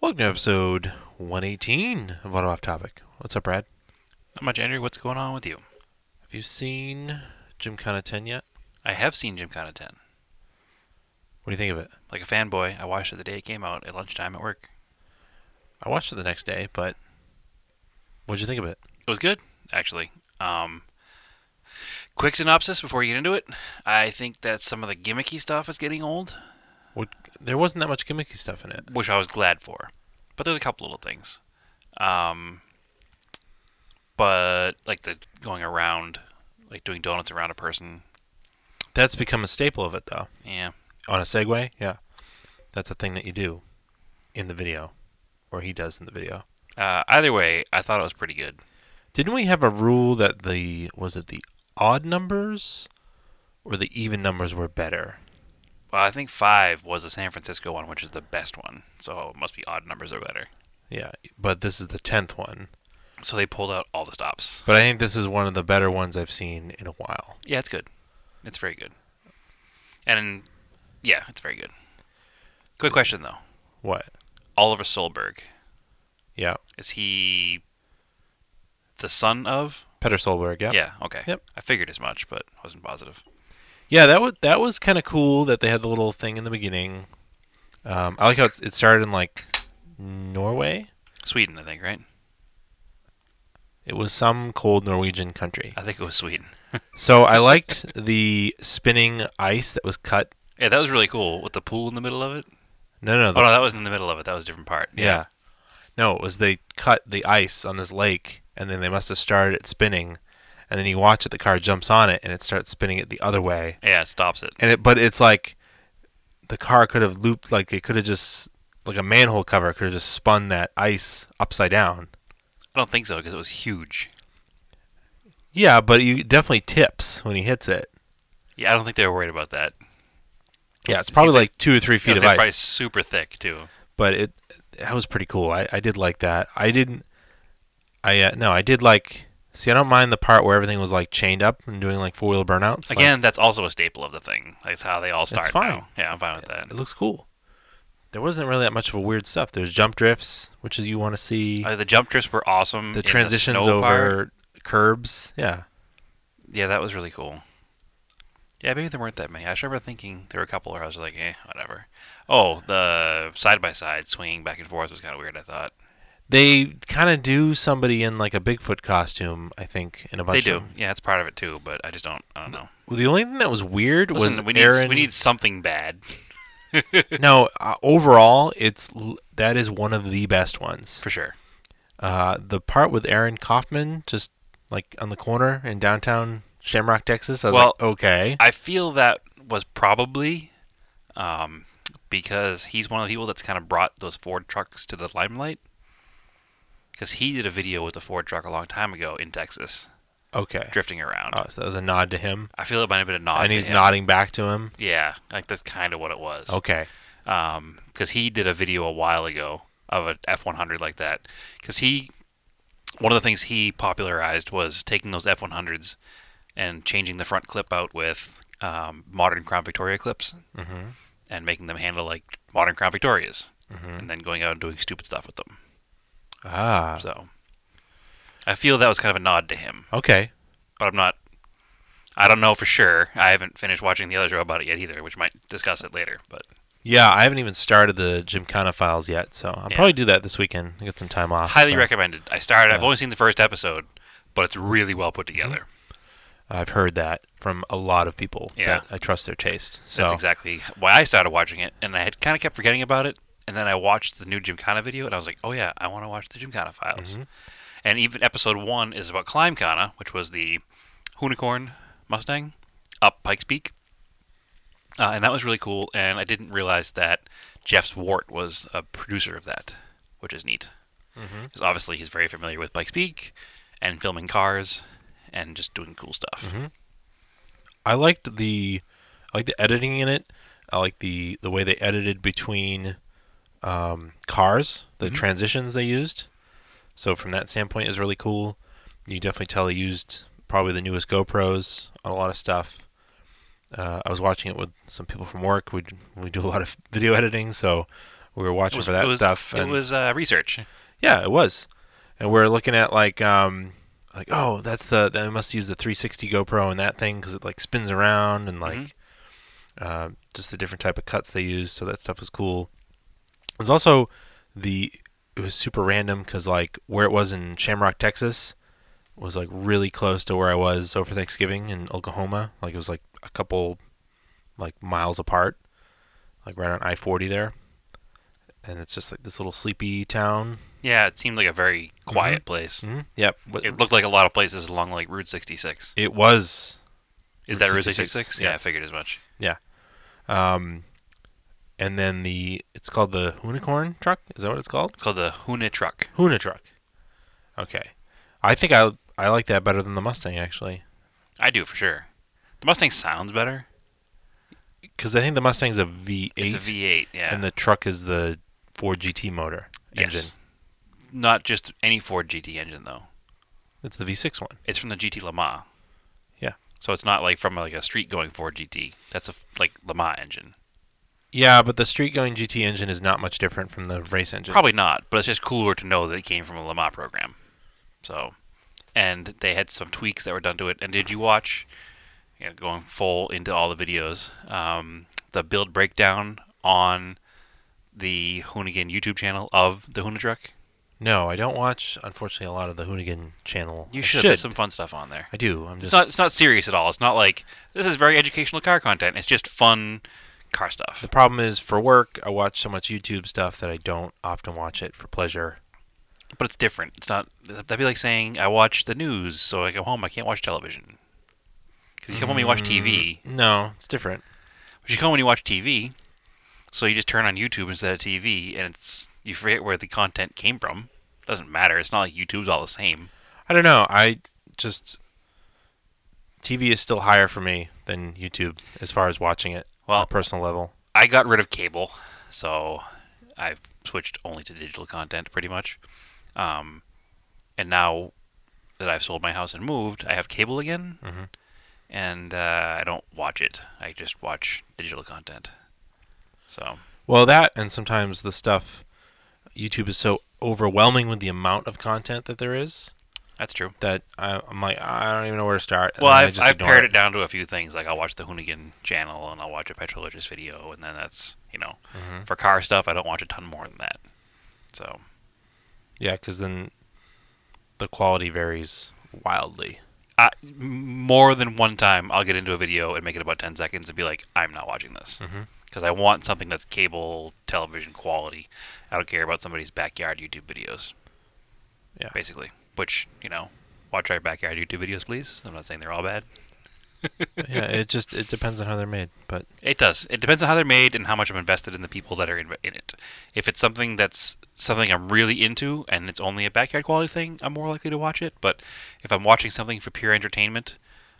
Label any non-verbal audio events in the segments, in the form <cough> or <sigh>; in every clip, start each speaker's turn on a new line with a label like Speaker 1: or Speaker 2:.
Speaker 1: Welcome to episode 118 of Auto Off Topic. What's up, Brad?
Speaker 2: Not much, Andrew. What's going on with you?
Speaker 1: Have you seen Gymkhana 10 yet?
Speaker 2: I have seen Gymkhana 10.
Speaker 1: What do you think of it?
Speaker 2: Like a fanboy, I watched it the day it came out at lunchtime at work.
Speaker 1: I watched it the next day, but what'd you think of it?
Speaker 2: It was good, actually. Um, quick synopsis before we get into it. I think that some of the gimmicky stuff is getting old,
Speaker 1: What, there wasn't that much gimmicky stuff in it.
Speaker 2: which I was glad for. But there's a couple little things. Um, but like the going around, like doing donuts around a person.
Speaker 1: That's become a staple of it, though.
Speaker 2: Yeah.
Speaker 1: On a Segway? Yeah. That's a thing that you do in the video, or he does in the video.
Speaker 2: Uh, either way, I thought it was pretty good.
Speaker 1: Didn't we have a rule that the, was it the odd numbers or the even numbers were better?
Speaker 2: Well, I think five was the San Francisco one, which is the best one. So it must be odd numbers are better.
Speaker 1: Yeah, but this is the 10th one.
Speaker 2: So they pulled out all the stops.
Speaker 1: But I think this is one of the better ones I've seen in a while.
Speaker 2: Yeah, it's good. It's very good. And yeah, it's very good. Quick question though.
Speaker 1: What?
Speaker 2: Oliver Solberg.
Speaker 1: Yeah.
Speaker 2: Is he the son of?
Speaker 1: Petter Solberg, yeah.
Speaker 2: Yeah, okay.
Speaker 1: Yep.
Speaker 2: I figured as much, but wasn't positive.
Speaker 1: Yeah, that was that was kind of cool that they had the little thing in the beginning. Um, I like how it's, it started in like Norway.
Speaker 2: Sweden, I think, right?
Speaker 1: It was some cold Norwegian country.
Speaker 2: I think it was Sweden.
Speaker 1: So I liked the spinning ice that was cut.
Speaker 2: Yeah, that was really cool with the pool in the middle of it.
Speaker 1: No, no,
Speaker 2: Oh
Speaker 1: the,
Speaker 2: no, that wasn't in the middle of it. That was a different part.
Speaker 1: yeah. No, it was they cut the ice on this lake, and then they must have started it spinning, and then you watch it. The car jumps on it, and it starts spinning it the other way,
Speaker 2: Yeah, it stops it.
Speaker 1: and it but it's like the car could have looped like it could have just like a manhole cover could have just spun that ice upside down
Speaker 2: I don't think so because it was huge.
Speaker 1: yeah but you definitely tips when he hits it
Speaker 2: Yeah, I don't think they were worried about that.
Speaker 1: yeah it's
Speaker 2: It
Speaker 1: probably
Speaker 2: seems
Speaker 1: like two or three feet
Speaker 2: It's
Speaker 1: of
Speaker 2: probably
Speaker 1: ice
Speaker 2: super thick too.
Speaker 1: but it that was pretty cool i, I did like that i didn't i uh, no i did like see i don't mind the part where everything was like chained up and doing like four-wheel burnouts Like,
Speaker 2: Again, that's also a staple of the thing. That's how they all start.
Speaker 1: fine.
Speaker 2: now. Yeah, I'm fine with that.
Speaker 1: it looks cool there wasn't really that much of a weird stuff there's jump drifts which is you want to see
Speaker 2: Uh, the jump drifts were awesome.
Speaker 1: the
Speaker 2: in
Speaker 1: transitions
Speaker 2: snow part.
Speaker 1: over curbs yeah
Speaker 2: Yeah, that was really cool. Yeah, maybe there weren't that many. I just remember thinking there were a couple where I was like, eh, whatever. Oh, the side by side swinging back and forth was kind of weird. I thought
Speaker 1: They kind of do somebody in like a Bigfoot costume, I think, in a bunch.
Speaker 2: they do.
Speaker 1: Of them.
Speaker 2: Yeah, it's part of it too, but I just don't. I don't know.
Speaker 1: Well, the only thing that was weird
Speaker 2: Listen,
Speaker 1: was
Speaker 2: we need
Speaker 1: Aaron.
Speaker 2: we need something bad.
Speaker 1: no, uh, overall, it's l- that is one of the best ones.
Speaker 2: for sure.
Speaker 1: Uh, the part with Aaron Kaufman just like on the corner in downtown Shamrock, Texas. I was
Speaker 2: Well,
Speaker 1: like, okay,
Speaker 2: I feel that was probably um, because he's one of the people that's kind of brought those Ford trucks to the limelight. Because he did a video with the Ford truck a long time ago in Texas,
Speaker 1: okay.
Speaker 2: drifting around.
Speaker 1: Oh, so that was a nod to him,
Speaker 2: I feel it might have been a nod.
Speaker 1: and
Speaker 2: to
Speaker 1: he's
Speaker 2: him.
Speaker 1: nodding back to him.
Speaker 2: Yeah, like that's kind of what it was.
Speaker 1: Okay,
Speaker 2: because Um, he did a video a while ago of a F one hundred like that. Because he, one of the things he popularized was taking those F one hundreds and changing the front clip out with um, modern Crown Victoria clips
Speaker 1: Mhm.
Speaker 2: and making them handle like modern Crown Victorias, and then going out and doing stupid stuff with them.
Speaker 1: ah,
Speaker 2: So I feel that was kind of a nod to him,
Speaker 1: okay.
Speaker 2: but I'm not. I don't know for sure. I haven't finished watching the other show about it yet either, which might discuss it later. But
Speaker 1: Yeah, I haven't even started the Gymkhana files yet, so I'll
Speaker 2: Yeah.
Speaker 1: probably do that this weekend. I get some time off.
Speaker 2: Highly
Speaker 1: so.
Speaker 2: recommended. I started. I've
Speaker 1: Yeah.
Speaker 2: only seen the first episode, but it's really well put together.
Speaker 1: I've heard that from a lot of people
Speaker 2: Yeah.
Speaker 1: that I trust their taste. So
Speaker 2: That's exactly why I started watching it, and I had kind of kept forgetting about it. And then I watched the new Gymkhana video, and I was like, "Oh yeah, I want to watch the Gymkhana files."
Speaker 1: Mm-hmm.
Speaker 2: And even episode one is about Climbkhana, which was the unicorn Mustang up Pikes Peak, uh, and that was really cool. And I didn't realize that Jeff's Wart was a producer of that, which is neat.
Speaker 1: Mm-hmm.
Speaker 2: because obviously he's very familiar with Pikes Peak and filming cars and just doing cool stuff.
Speaker 1: Mm-hmm. I liked the I like the editing in it. I like the the way they edited between um, cars, the
Speaker 2: Mm-hmm.
Speaker 1: transitions they used. So from that standpoint, is really cool. You definitely tell they used probably the newest GoPros on a lot of stuff. <laughs> Uh, I was watching it with some people from work. We we do a lot of video editing, so We were watching
Speaker 2: was,
Speaker 1: for that
Speaker 2: it was,
Speaker 1: stuff.
Speaker 2: It
Speaker 1: and-
Speaker 2: was uh, research.
Speaker 1: Yeah, it was. And we are looking at like um like oh that's the they must use the 360 GoPro and that thing because it like spins around and like uh, just the different type of cuts they use. So that stuff was cool. It was also the it was super random because like where it was in Shamrock, Texas, was like really close to where I was over Thanksgiving in Oklahoma. Like it was like a couple like miles apart, like right on I 40 there. And it's just like this little sleepy town
Speaker 2: Yeah, it seemed like a very quiet place.
Speaker 1: hmm Yep. But
Speaker 2: It looked like a lot of places along like Route 66.
Speaker 1: it was.
Speaker 2: Is
Speaker 1: Route
Speaker 2: that Route
Speaker 1: 66?
Speaker 2: 66? Yeah, I
Speaker 1: Yes.
Speaker 2: figured as much.
Speaker 1: Um, and then the it's called the Hoonicorn truck. Is that what it's called?
Speaker 2: It's called the Huna truck.
Speaker 1: Hoona truck. Okay. I think I I like that better than the Mustang actually,
Speaker 2: I do for sure. The Mustang sounds better.
Speaker 1: because I think the Mustang's a V8,
Speaker 2: It's a V8, yeah.
Speaker 1: and the truck is the Ford GT motor
Speaker 2: Yes.
Speaker 1: engine.
Speaker 2: Not just any Ford GT engine though.
Speaker 1: It's the V6 one.
Speaker 2: It's from the GT Le Mans.
Speaker 1: Yeah.
Speaker 2: So it's not like from like a street going Ford GT. That's a f- like Le Mans engine.
Speaker 1: Yeah, but the street going GT engine is not much different from the race engine.
Speaker 2: Probably not, but it's just cooler to know that it came from a Le Mans program. So, and they had some tweaks that were done to it. And did you watch, you know, going full into all the videos, um, the build breakdown on the Hoonigan YouTube channel of the Hoona truck?
Speaker 1: No, I don't watch unfortunately a lot of the Hoonigan channel.
Speaker 2: You
Speaker 1: I
Speaker 2: should. There's some fun stuff on there.
Speaker 1: I do. I'm
Speaker 2: It's
Speaker 1: just
Speaker 2: not. It's not serious at all. It's not like this is very educational car content. It's just fun car stuff.
Speaker 1: The problem is for work, I watch so much YouTube stuff that I don't often watch it for pleasure.
Speaker 2: but it's different. It's not. That'd be like saying I watch the news, so I go home. I can't watch television because you come home and you watch
Speaker 1: Mm.
Speaker 2: TV.
Speaker 1: No, it's different.
Speaker 2: But you come home and you watch TV, so you just turn on YouTube instead of TV, and it's you forget where the content came from. Doesn't matter. It's not like YouTube's all the same.
Speaker 1: I don't know. I just TV is still higher for me than YouTube as far as watching it on a
Speaker 2: Well-
Speaker 1: personal level.
Speaker 2: I got rid of cable, so I've switched only to digital content pretty much. Um, and now that I've sold my house and moved, I have cable again,
Speaker 1: Mhm.
Speaker 2: and uh, I don't watch it. I just watch digital content. So
Speaker 1: Well, that and sometimes the stuff YouTube is so overwhelming with the amount of content that there is
Speaker 2: that's true.
Speaker 1: that I, I'm like I don't even know where to start. and
Speaker 2: Well,
Speaker 1: then I
Speaker 2: I've,
Speaker 1: just
Speaker 2: I've
Speaker 1: ignore
Speaker 2: pared it. down to a few things. Like I'll watch the Hoonigan channel, and I'll watch a Petrologist video, and then that's you know,
Speaker 1: Mm-hmm.
Speaker 2: for car stuff, I don't watch a ton more than that. So
Speaker 1: Yeah, because then the quality varies
Speaker 2: <laughs>
Speaker 1: wildly.
Speaker 2: I, m- more than one time, I'll get into a video and make it about 10 seconds and be like, I'm not watching this.
Speaker 1: Mhm.
Speaker 2: Because I want something that's cable television quality. I don't care about somebody's backyard YouTube videos.
Speaker 1: Yeah.
Speaker 2: Basically. Which, you know, watch our backyard YouTube videos, please. I'm not saying they're all bad.
Speaker 1: yeah, it just it depends on how they're made, but.
Speaker 2: It does. It depends on how they're made and how much I'm invested in the people that are in, in it. If it's something that's something I'm really into and it's only a backyard quality thing, I'm more likely to watch it. But if I'm watching something for pure entertainment,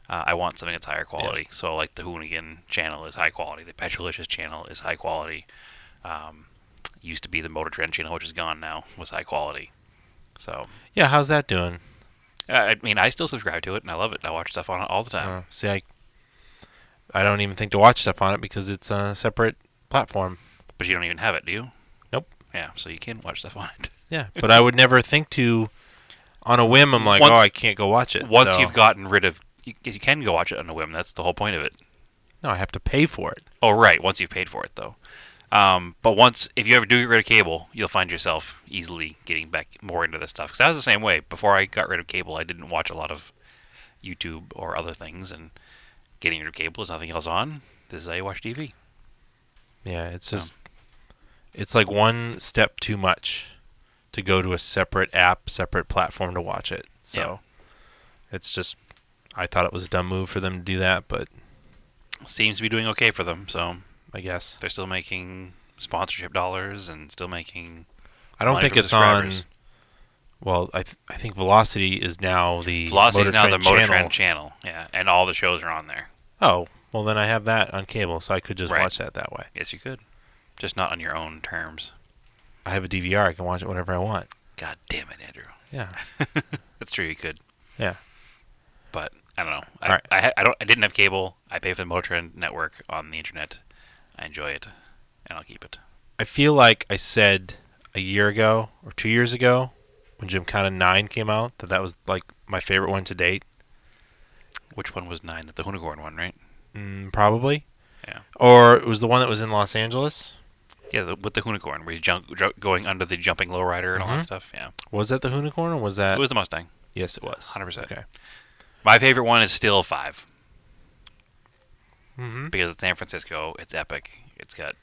Speaker 2: uh, I want something that's higher quality. So, like the Hoonigan channel is high quality, the Petrolicious channel is high quality. Um, used to be the Motor Trend channel, which is gone now, was high quality. So,
Speaker 1: Yeah, how's that doing?
Speaker 2: uh, I mean, I still subscribe to it and I love it. I watch stuff on it all the time.
Speaker 1: Uh, see, I, I don't even think to watch stuff on it because it's on a separate platform.
Speaker 2: But you don't even have it, do you?
Speaker 1: Nope.
Speaker 2: Yeah, so you can watch stuff on it.
Speaker 1: Yeah, <laughs> but I would never think to, on a whim, I'm like,
Speaker 2: Once-
Speaker 1: oh, I can't go watch it.
Speaker 2: once
Speaker 1: So-
Speaker 2: you've gotten rid of you, you can go watch it on a whim that's the whole point of it
Speaker 1: no, I have to pay for it.
Speaker 2: oh right once you've paid for it though um, but once if you ever do get rid of cable you'll find yourself easily getting back more into this stuff because i was the same way before i got rid of cable i didn't watch a lot of youtube or other things and getting rid of cable is nothing else on this is how you watch tv
Speaker 1: Yeah, it's just, it's like one step too much, to go to a separate app, separate platform to watch it. So, it's just, I thought it was a dumb move for them to do that, but
Speaker 2: seems to be doing okay for them so
Speaker 1: I guess
Speaker 2: they're still making sponsorship dollars and still making
Speaker 1: I don't
Speaker 2: Money
Speaker 1: think
Speaker 2: for
Speaker 1: it's on.
Speaker 2: subscribers.
Speaker 1: Well, I th- I think Velocity is now the
Speaker 2: velocity is
Speaker 1: Motor
Speaker 2: now the
Speaker 1: Trend
Speaker 2: motor
Speaker 1: channel.
Speaker 2: trend channel yeah and all the shows are on there
Speaker 1: Oh, well then I have that on cable, so I could just
Speaker 2: Right.
Speaker 1: watch that that way.
Speaker 2: yes you could just not on your own terms
Speaker 1: I have a DVR; I can watch it whenever I want.
Speaker 2: God damn it, Andrew.
Speaker 1: Yeah,
Speaker 2: That's true. You could,
Speaker 1: yeah.
Speaker 2: but I don't know. I,
Speaker 1: All right.
Speaker 2: I, ha- I don't. I didn't have cable. I pay for the Motrin network on the internet. I enjoy it, and I'll keep it.
Speaker 1: I feel like I said a year ago or two years ago when Gymkhana 9 came out that that was like my favorite one to date.
Speaker 2: Which one was nine? The Hunagorn one, right?
Speaker 1: Mm, probably.
Speaker 2: Yeah.
Speaker 1: Or it was the one that was in Los Angeles.
Speaker 2: Yeah, the, with the Hunagorn, where he's jump, ju- going under the jumping lowrider and all
Speaker 1: Mhm.
Speaker 2: that stuff. Yeah,
Speaker 1: Was that the Unicorn or was that?
Speaker 2: it was the Mustang.
Speaker 1: yes, it was.
Speaker 2: 100%.
Speaker 1: Uh, Okay.
Speaker 2: My favorite one is still five
Speaker 1: Mm-hmm.
Speaker 2: because it's San Francisco. It's epic. It's got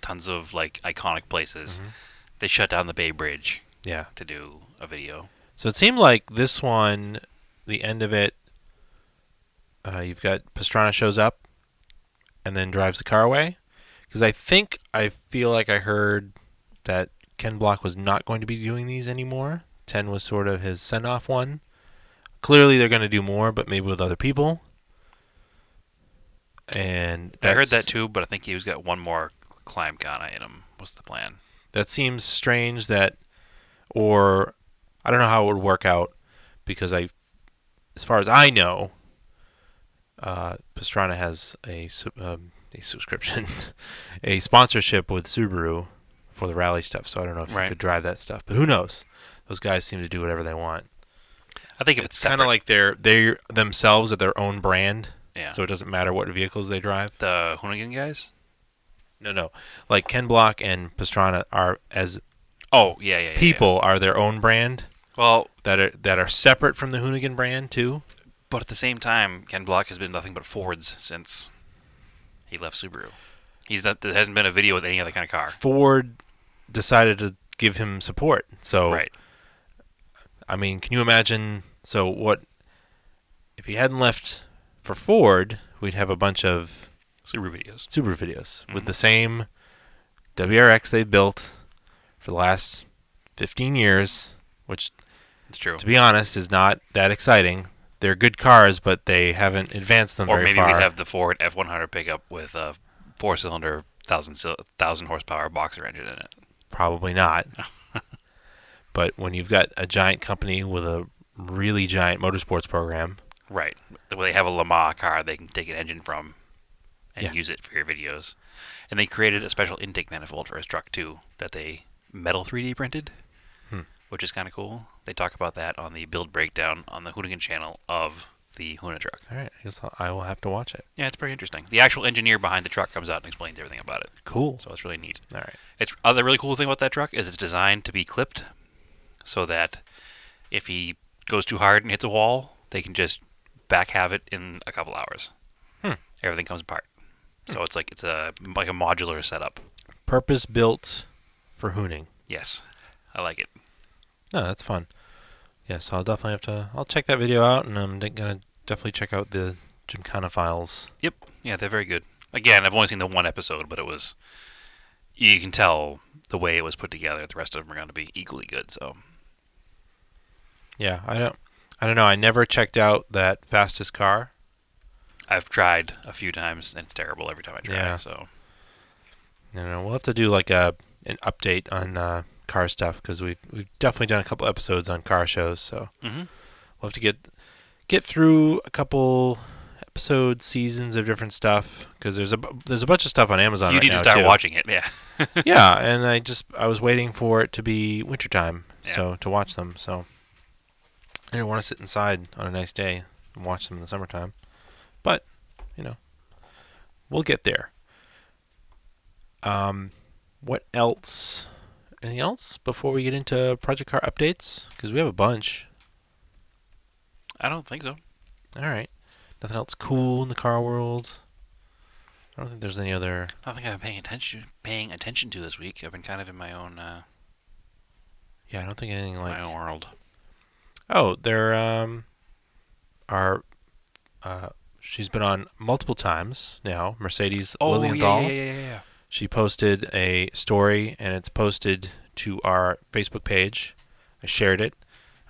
Speaker 2: tons of like iconic places.
Speaker 1: Mm-hmm.
Speaker 2: They shut down the Bay Bridge
Speaker 1: Yeah.
Speaker 2: to do a video.
Speaker 1: So it seemed like this one, the end of it, uh, you've got Pastrana shows up and then drives the car away. Because I think I feel like I heard that Ken Block was not going to be doing these anymore. 10 was sort of his send off one. Clearly, they're going to do more, but maybe with other people. And
Speaker 2: I heard
Speaker 1: that's-
Speaker 2: that too, but I think he's got one more climb Kana in him. What's the plan?
Speaker 1: That seems strange that or I don't know how it would work out because I as far as I know uh Pastrana has a sub- um, a subscription <laughs> a sponsorship with Subaru for the rally stuff so I don't know if
Speaker 2: Right.
Speaker 1: you could drive that stuff but who knows those guys seem to do whatever they want
Speaker 2: I think if it's,
Speaker 1: it's
Speaker 2: separate,
Speaker 1: kind of like they're they themselves are their own brand
Speaker 2: yeah,
Speaker 1: so it doesn't matter what vehicles they drive
Speaker 2: the Hoonigan guys.
Speaker 1: no no like Ken Block and Pastrana are as
Speaker 2: Oh yeah, yeah, yeah, yeah.
Speaker 1: people are their own brand
Speaker 2: Well,
Speaker 1: that are that are separate from the Hoonigan brand too.
Speaker 2: But at the same time, Ken Block has been nothing but Fords since he left Subaru. He's not. There hasn't been a video with any other kind of car.
Speaker 1: Ford decided to give him support. So
Speaker 2: Right.
Speaker 1: I mean, can you imagine so what if he hadn't left for Ford, we'd have a bunch of
Speaker 2: Subaru videos.
Speaker 1: Subaru videos with
Speaker 2: Mhm.
Speaker 1: the same WRX they built for the last 15 years, which
Speaker 2: It's true.
Speaker 1: to be honest is not that exciting. They're good cars, but they haven't advanced them
Speaker 2: Or
Speaker 1: very
Speaker 2: maybe
Speaker 1: far.
Speaker 2: we'd have the Ford F100 pickup with a four-cylinder, thousand sil- thousand horsepower boxer engine in it.
Speaker 1: Probably <laughs> not. but when you've got a giant company with a really giant motorsports program,
Speaker 2: Right. Where they have a Lamar car, they can take an engine from and
Speaker 1: Yeah.
Speaker 2: use it for your videos. And they created a special intake manifold for his truck too that they metal 3D printed,
Speaker 1: Hmm.
Speaker 2: which is kind of cool. They talk about that on the build breakdown on the Hoonigan channel of the Huna truck.
Speaker 1: all right, I guess I'll, I will have to watch it.
Speaker 2: Yeah, it's pretty interesting. The actual engineer behind the truck comes out and explains everything about it,
Speaker 1: Cool.
Speaker 2: so it's really neat.
Speaker 1: All right.
Speaker 2: It's other really cool thing about that truck is it's designed to be clipped, so that if he goes too hard and hits a wall, they can just back have it in a couple hours.
Speaker 1: Hmm.
Speaker 2: Everything comes apart. So it's like it's a like a modular setup.
Speaker 1: Purpose built for hooning.
Speaker 2: Yes, I like it.
Speaker 1: No, that's fun. Yeah, so I'll definitely have to. I'll check that video out, and I'm de- gonna definitely check out the Gymkhana files.
Speaker 2: Yep. Yeah, they're very good. Again, I've only seen the one episode, but it was you can tell the way it was put together. The rest of them are going to be equally good. So
Speaker 1: Yeah, I don't. I don't know. I never checked out that fastest car.
Speaker 2: I've tried a few times and it's terrible every time I try.
Speaker 1: Yeah.
Speaker 2: So
Speaker 1: You know, we'll have to do like a an update on uh, car stuff because we've we've definitely done a couple episodes on car shows. So
Speaker 2: mm-hmm.
Speaker 1: We'll have to get get through a couple episode seasons of different stuff because there's a bu- there's a bunch of stuff on Amazon.
Speaker 2: so you
Speaker 1: right
Speaker 2: need
Speaker 1: now
Speaker 2: to start
Speaker 1: too.
Speaker 2: watching it. Yeah.
Speaker 1: <laughs> yeah, and I just I was waiting for it to be wintertime,
Speaker 2: Yeah.
Speaker 1: so to watch them. So I didn't want to sit inside on a nice day and watch them in the summertime, but you know, we'll get there. Um, what else? Anything else before we get into project car updates? Because we have a bunch.
Speaker 2: I don't think so.
Speaker 1: All right. Nothing else cool in the car world. I don't think there's any other.
Speaker 2: I don't think I've been paying attention paying attention to this week. I've been kind of in my own uh,
Speaker 1: Yeah, I don't think anything
Speaker 2: my
Speaker 1: like.
Speaker 2: own world.
Speaker 1: Oh, there um, are. Uh, she's been on multiple times now. Mercedes Lilienthal.
Speaker 2: Oh, yeah, yeah, yeah.
Speaker 1: She posted a story, and it's posted to our Facebook page. I shared it,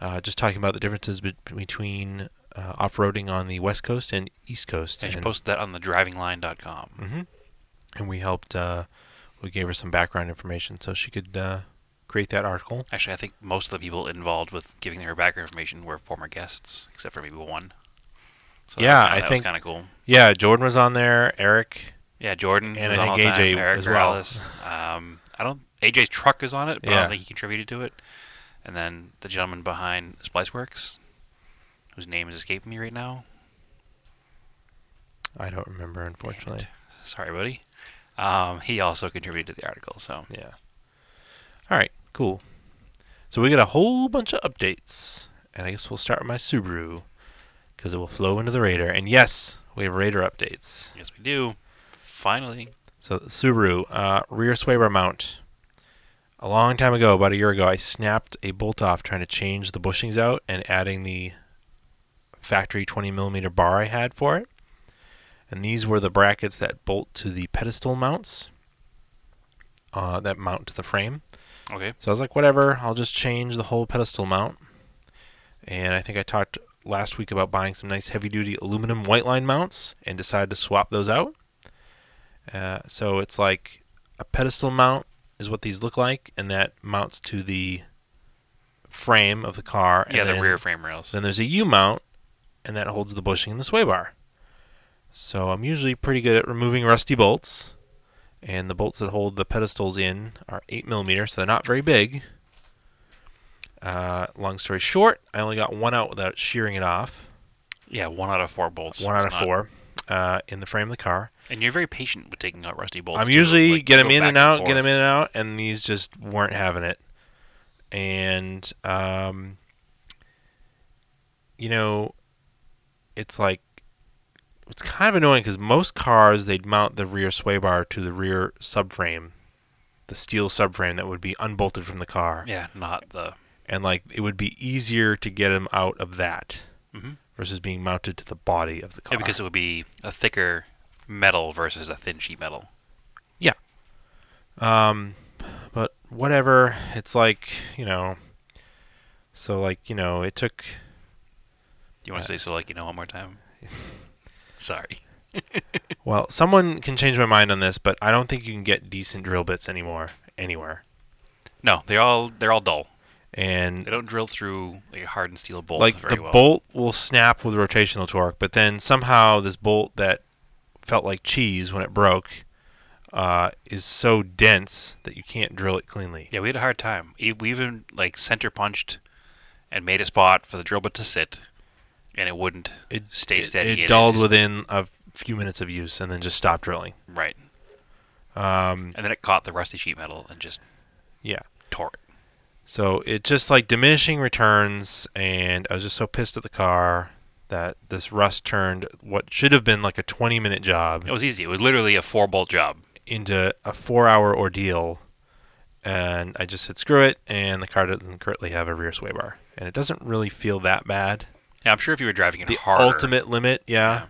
Speaker 1: uh, just talking about the differences be- between uh, off-roading on the West Coast and East Coast.
Speaker 2: And she
Speaker 1: and-
Speaker 2: posted that on the drivingline.com.
Speaker 1: hmm And we helped, uh, we gave her some background information so she could uh, create that article.
Speaker 2: Actually, I think most of the people involved with giving her background information were former guests, except for maybe one. So that
Speaker 1: Yeah,
Speaker 2: was kinda-
Speaker 1: I
Speaker 2: that
Speaker 1: think-
Speaker 2: was kind of cool.
Speaker 1: Yeah, Jordan was on there, Eric,
Speaker 2: Yeah, Jordan.
Speaker 1: And
Speaker 2: was
Speaker 1: I
Speaker 2: on
Speaker 1: think
Speaker 2: all the
Speaker 1: AJ
Speaker 2: time. Eric
Speaker 1: as well.
Speaker 2: Morales. Um, I don't. AJ's truck is on it, but I
Speaker 1: Yeah.
Speaker 2: don't think he contributed to it. And then the gentleman behind Spliceworks, whose name is escaping me right now.
Speaker 1: I don't remember, unfortunately.
Speaker 2: Sorry, buddy. Um, he also contributed to the article. So
Speaker 1: Yeah. All right, cool. So we got a whole bunch of updates, and I guess we'll start with my Subaru because it will flow into the Raider. And yes, we have Raider updates.
Speaker 2: yes, we do. Finally,
Speaker 1: So Subaru uh, rear sway bar mount. A long time ago, about a year ago, I snapped a bolt off trying to change the bushings out and adding the factory 20 millimeter bar I had for it. And these were the brackets that bolt to the pedestal mounts uh, that mount to the frame.
Speaker 2: okay.
Speaker 1: So I was like, whatever, I'll just change the whole pedestal mount. And I think I talked last week about buying some nice heavy duty aluminum white line mounts and decided to swap those out. Uh, so it's like a pedestal mount is what these look like, and that mounts to the frame of the car. and
Speaker 2: Yeah, the
Speaker 1: then-
Speaker 2: rear frame rails.
Speaker 1: Then there's a U mount, and that holds the bushing and the sway bar. So I'm usually pretty good at removing rusty bolts, and the bolts that hold the pedestals in are eight millimeter, so they're not very big. Uh, long story short, I only got one out without shearing it off.
Speaker 2: Yeah, one out of four bolts.
Speaker 1: One out
Speaker 2: It's
Speaker 1: of
Speaker 2: not-
Speaker 1: four uh, in the frame of the car.
Speaker 2: And you're very patient with taking out rusty bolts.
Speaker 1: I'm
Speaker 2: too,
Speaker 1: usually
Speaker 2: like,
Speaker 1: get them
Speaker 2: go
Speaker 1: in
Speaker 2: back
Speaker 1: and out, get
Speaker 2: forth.
Speaker 1: them in and out, and these just weren't having it. And um, you know, it's like it's kind of annoying because most cars they'd mount the rear sway bar to the rear subframe, the steel subframe that would be unbolted from the car,
Speaker 2: Yeah, not the.
Speaker 1: and like it would be easier to get them out of that
Speaker 2: Mhm.
Speaker 1: versus being mounted to the body of the car.
Speaker 2: Yeah, because it would be a thicker metal versus a thin sheet metal.
Speaker 1: Um, but whatever. It's like you know. So like you know, it took
Speaker 2: You want to say so, like you know, one
Speaker 1: <laughs>
Speaker 2: more time. Sorry.
Speaker 1: Well, someone can change my mind on this, but I don't think you can get decent drill bits anymore anywhere.
Speaker 2: No, they're all they're all dull.
Speaker 1: And
Speaker 2: They don't drill through like a hardened steel bolt
Speaker 1: like
Speaker 2: very
Speaker 1: the
Speaker 2: well.
Speaker 1: bolt will snap with rotational torque, but then somehow this bolt that felt like cheese when it broke uh, is so dense that you can't drill it cleanly.
Speaker 2: Yeah, we had a hard time. E- We even like center punched and made a spot for the drill bit to sit, and it wouldn't
Speaker 1: It
Speaker 2: stay
Speaker 1: it,
Speaker 2: steady.
Speaker 1: It
Speaker 2: and
Speaker 1: dulled
Speaker 2: just-
Speaker 1: within a few minutes of use and then just stopped drilling.
Speaker 2: right,
Speaker 1: Um,
Speaker 2: and then it caught the rusty sheet metal and just
Speaker 1: yeah.
Speaker 2: tore it.
Speaker 1: So it just like diminishing returns, and I was just so pissed at the car that this rust turned what should have been like a 20 minute job
Speaker 2: It was easy. It was literally a four bolt job.
Speaker 1: into a four hour ordeal. And I just said screw it, and the car doesn't currently have a rear sway bar, and it doesn't really feel that bad.
Speaker 2: Yeah, I'm sure if you were driving it
Speaker 1: The
Speaker 2: harder,
Speaker 1: ultimate limit, yeah,
Speaker 2: Yeah.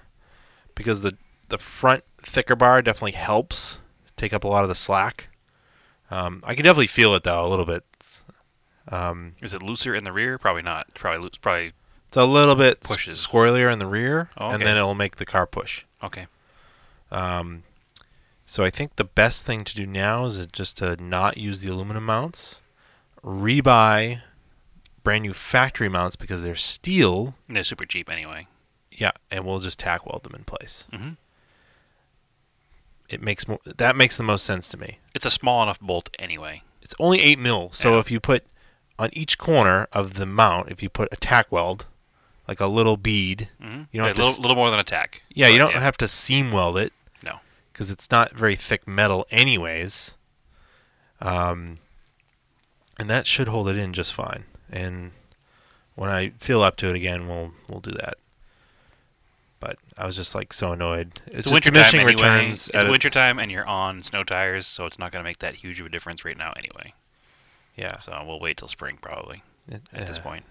Speaker 1: because the the front thicker bar definitely helps take up a lot of the slack. Um, I can definitely feel it though a little bit. Um,
Speaker 2: is it looser in the rear? Probably not. It's Probably loose. Probably
Speaker 1: It's a little bit
Speaker 2: Pushes.
Speaker 1: pushes. squirrelier in the rear,
Speaker 2: Oh,
Speaker 1: and
Speaker 2: okay.
Speaker 1: then it'll make the car push.
Speaker 2: okay.
Speaker 1: Um, so I think the best thing to do now is just to not use the aluminum mounts, rebuy brand new factory mounts because they're steel.
Speaker 2: And They're super cheap anyway.
Speaker 1: Yeah, and we'll just tack weld them in place.
Speaker 2: Mhm.
Speaker 1: It makes mo- that makes the most sense to me.
Speaker 2: It's a small enough bolt anyway.
Speaker 1: It's only eight mil, so
Speaker 2: Yeah.
Speaker 1: if you put on each corner of the mount, if you put a tack weld, like a little bead,
Speaker 2: Mm-hmm.
Speaker 1: You don't
Speaker 2: a
Speaker 1: have to
Speaker 2: little,
Speaker 1: s-
Speaker 2: little more than a tack.
Speaker 1: Yeah, you
Speaker 2: But,
Speaker 1: don't have to seam weld it.
Speaker 2: No.
Speaker 1: Because it's not very thick metal, anyways. Um, and that should hold it in just fine. And when I feel up to it again, we'll we'll do that. But I was just like so annoyed. It's,
Speaker 2: It's
Speaker 1: just
Speaker 2: winter
Speaker 1: diminishing
Speaker 2: time anyway.
Speaker 1: returns.
Speaker 2: It's
Speaker 1: at a-
Speaker 2: winter time, and you're on snow tires, so it's not going to make that huge of a difference right now anyway.
Speaker 1: yeah.
Speaker 2: So we'll wait till spring probably at this
Speaker 1: Uh,
Speaker 2: point.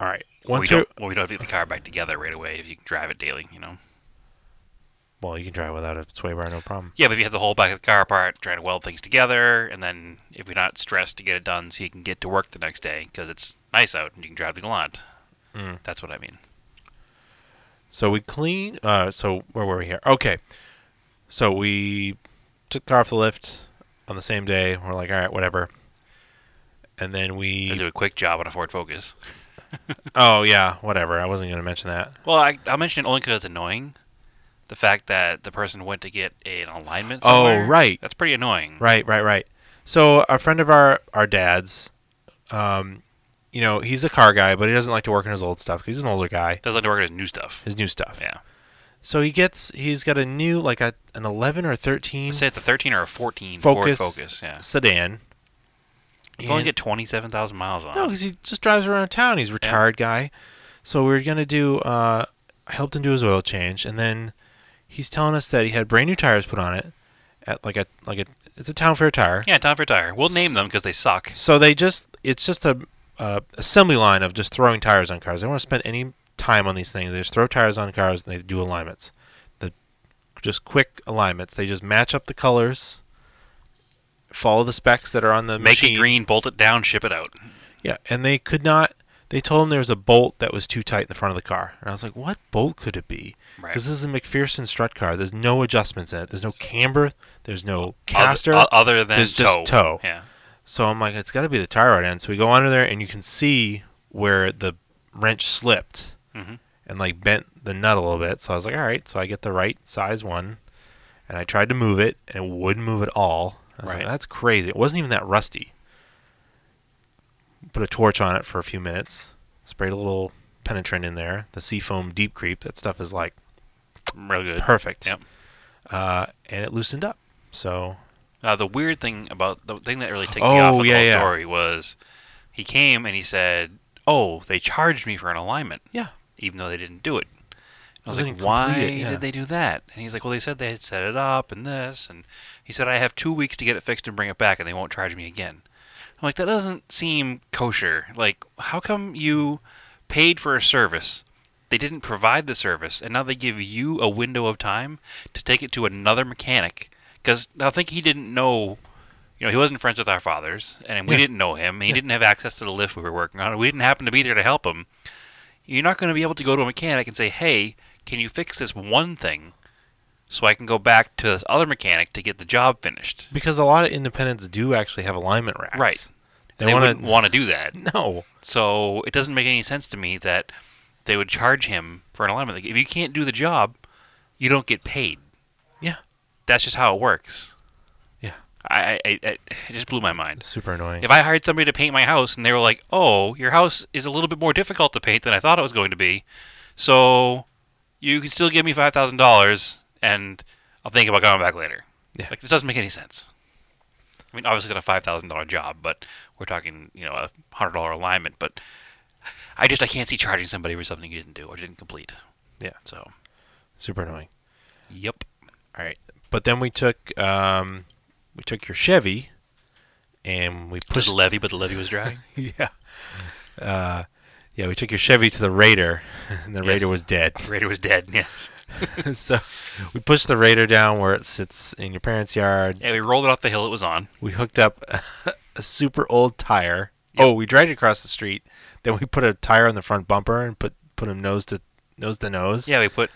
Speaker 1: All right.
Speaker 2: Well,
Speaker 1: Once
Speaker 2: we
Speaker 1: you're-
Speaker 2: don't, well, we don't have to get the car back together right away if you can drive it daily, you know.
Speaker 1: well, you can drive without a sway bar, no problem.
Speaker 2: Yeah, but if you have the whole back of the car apart, trying to weld things together, and then if you're not stressed to get it done, so you can get to work the next day because it's nice out and you can drive the Gallant.
Speaker 1: Mm.
Speaker 2: That's what I mean.
Speaker 1: So we clean. Uh, so where were we here? Okay. So we took the car off the lift on the same day. We're like, all right, whatever. And then
Speaker 2: I do
Speaker 1: we.
Speaker 2: a quick job on a Ford Focus.
Speaker 1: Oh yeah, whatever. I wasn't gonna mention that.
Speaker 2: Well, I, I'll mention it only because it's annoying. the fact that the person went to get an alignment.
Speaker 1: Oh,
Speaker 2: somewhere,
Speaker 1: right.
Speaker 2: That's pretty annoying.
Speaker 1: Right, right, right. So a friend of our our dad's, um, you know, he's a car guy, but he doesn't like to work on his old stuff 'cause he's an older guy.
Speaker 2: Doesn't like to work at his new stuff.
Speaker 1: His new stuff.
Speaker 2: Yeah.
Speaker 1: So he gets he's got a new like a an eleven or thirteen
Speaker 2: Let's say it's a 13 or a 14
Speaker 1: Focus.
Speaker 2: Ford Focus. Yeah.
Speaker 1: sedan.
Speaker 2: You only
Speaker 1: And-
Speaker 2: get 27,000 miles on
Speaker 1: No,
Speaker 2: it.
Speaker 1: because he just drives around town. He's a retired guy. So we were gonna do. Uh, I helped him do his oil change, and then he's telling us that he had brand new tires put on it at like a like a it's a town fair tire.
Speaker 2: Yeah, time for tire. We'll name them because they suck.
Speaker 1: So they just it's just a uh, assembly line of just throwing tires on cars. They don't want to spend any time on these things. They just throw tires on cars and they do alignments. The just quick alignments. They just match up the colors. Follow the specs that are on the
Speaker 2: Make
Speaker 1: machine.
Speaker 2: it green, bolt it down, ship it out.
Speaker 1: Yeah, and they could not. They told him there was a bolt that was too tight in the front of the car, and I was like, "What bolt could it be?"
Speaker 2: Right.
Speaker 1: Because this is a McPherson strut car. There's no adjustments in it. There's no camber. There's no
Speaker 2: Oth-
Speaker 1: caster.
Speaker 2: o- other than
Speaker 1: There's
Speaker 2: toe.
Speaker 1: just toe.
Speaker 2: Yeah.
Speaker 1: So I'm like, it's got to be the tie rod end. So we go under there, and you can see where the wrench slipped
Speaker 2: Mhm.
Speaker 1: and like bent the nut a little bit. So I was like, all right. So I get the right size one, and I tried to move it, and it wouldn't move at all. I was
Speaker 2: Right.
Speaker 1: like, that's crazy. It wasn't even that rusty. Put a torch on it for a few minutes. Sprayed a little penetrant in there. The seafoam deep creep. That stuff is like
Speaker 2: Real good.
Speaker 1: perfect.
Speaker 2: Yep.
Speaker 1: Uh, and it loosened up. So
Speaker 2: Uh, the weird thing about the thing that really ticked me
Speaker 1: Oh,
Speaker 2: off with
Speaker 1: yeah,
Speaker 2: the whole
Speaker 1: yeah.
Speaker 2: story was he came and he said, "Oh, they charged me for an alignment,
Speaker 1: yeah,
Speaker 2: even though they didn't do it." I was
Speaker 1: They
Speaker 2: like,
Speaker 1: didn't
Speaker 2: "Why
Speaker 1: complete it, yeah."
Speaker 2: did they do that?" And he's like, "Well, they said they had set it up and this," and he said, "I have two weeks to get it fixed and bring it back, and they won't charge me again." I'm like, "That doesn't seem kosher. Like, how come you paid for a service?" They didn't provide the service, and now they give you a window of time to take it to another mechanic. Because I think he didn't know you know, he wasn't friends with our fathers, and we
Speaker 1: Yeah.
Speaker 2: didn't know him. and He didn't have access to the lift we were working on. and We didn't happen to be there to help him. You're not going to be able to go to a mechanic and say, "Hey, can you fix this one thing, so I can go back to this other mechanic to get the job finished?"
Speaker 1: because a lot of independents do actually have alignment racks.
Speaker 2: Right.
Speaker 1: They,
Speaker 2: they
Speaker 1: want
Speaker 2: wouldn't want to do <laughs> that.
Speaker 1: to. No.
Speaker 2: So it doesn't make any sense to me that they would charge him for an alignment. Like, if you can't do the job, you don't get paid.
Speaker 1: Yeah.
Speaker 2: That's just how it works.
Speaker 1: Yeah.
Speaker 2: I, I, I it just blew my mind.
Speaker 1: Super annoying.
Speaker 2: If I hired somebody to paint my house and they were like, "Oh, your house is a little bit more difficult to paint than I thought it was going to be," so you can still give me five thousand dollars and I'll think about coming back later.
Speaker 1: Yeah.
Speaker 2: Like this doesn't make any sense. I mean, obviously, it's not a five thousand dollar job, but we're talking you know a hundred dollar alignment. But I just I can't see charging somebody for something you didn't do or didn't complete.
Speaker 1: Yeah.
Speaker 2: So,
Speaker 1: Super annoying.
Speaker 2: yep.
Speaker 1: All right. But then we took um, we took your Chevy and we
Speaker 2: Pushed
Speaker 1: pushed
Speaker 2: <laughs> the levy, but the levy was <laughs> dry.
Speaker 1: yeah. <laughs> Uh, yeah, we took your Chevy to the Raider <laughs> and the
Speaker 2: Yes.
Speaker 1: Raider was
Speaker 2: <laughs>
Speaker 1: dead. <laughs>
Speaker 2: Raider was dead. Yes.
Speaker 1: so we pushed the Raider down where it sits in your parents' yard.
Speaker 2: Yeah, we rolled it off the hill it was on.
Speaker 1: We hooked up <laughs> a super old tire. Oh, we dragged it across the street. Then we put a tire on the front bumper and put put him nose to nose to nose.
Speaker 2: Yeah, we put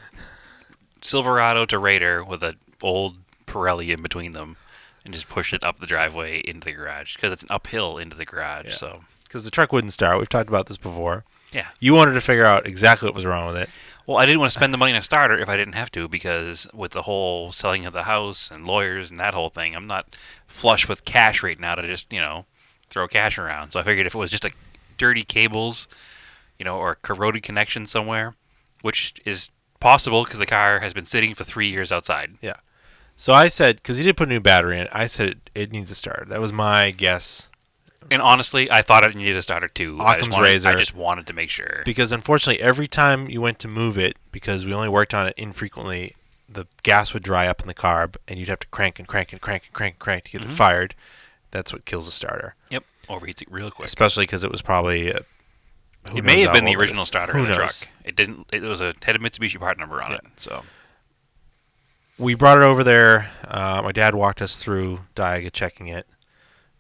Speaker 2: Silverado to Raider with an old Pirelli in between them, and just pushed it up the driveway into the garage because it's an uphill into the garage.
Speaker 1: Yeah.
Speaker 2: So
Speaker 1: Because the truck wouldn't start. We've talked about this before.
Speaker 2: yeah.
Speaker 1: You wanted to figure out exactly what was wrong with it.
Speaker 2: Well, I didn't want to spend the money on a starter if I didn't have to because with the whole selling of the house and lawyers and that whole thing, I'm not flush with cash right now to just you know throw cash around. So I figured if it was just like dirty cables, you know, or a corroded connection somewhere, which is possible because the car has been sitting for three years outside.
Speaker 1: Yeah. So I said, because he did put a new battery in it, I said it, it needs a starter. That was my guess.
Speaker 2: And honestly, I thought it needed a starter too. I just,
Speaker 1: Occam's
Speaker 2: wanted,
Speaker 1: razor.
Speaker 2: I just wanted to make sure.
Speaker 1: Because unfortunately, every time you went to move it, because we only worked on it infrequently, the gas would dry up in the carb and you'd have to crank and crank and crank and crank and crank to get
Speaker 2: Mm-hmm.
Speaker 1: it fired. That's what kills a starter.
Speaker 2: yep, overheats it real quick.
Speaker 1: Especially because it was probably. Uh, who
Speaker 2: It may
Speaker 1: knows
Speaker 2: have
Speaker 1: how
Speaker 2: been the
Speaker 1: old it
Speaker 2: original
Speaker 1: is.
Speaker 2: starter
Speaker 1: Who
Speaker 2: in the
Speaker 1: knows?
Speaker 2: truck. It didn't. It was a it had a Mitsubishi part number on it. So
Speaker 1: we brought it over there. Uh, my dad walked us through Diaga checking it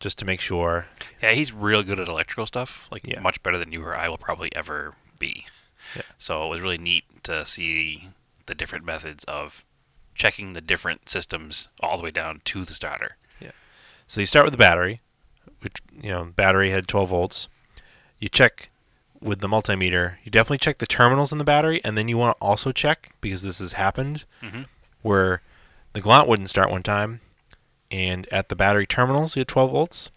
Speaker 1: just to make sure.
Speaker 2: yeah, he's real good at electrical stuff. Like
Speaker 1: Yeah.
Speaker 2: much better than you or I will probably ever be.
Speaker 1: Yeah.
Speaker 2: So it was really neat to see the different methods of checking the different systems all the way down to the starter.
Speaker 1: So you start with the battery, which you know battery had 12 volts. You check with the multimeter, you definitely check the terminals in the battery, and then you want to also check because this has happened
Speaker 2: Mhm.
Speaker 1: where the glant wouldn't start one time, and at the battery terminals you had 12 volts,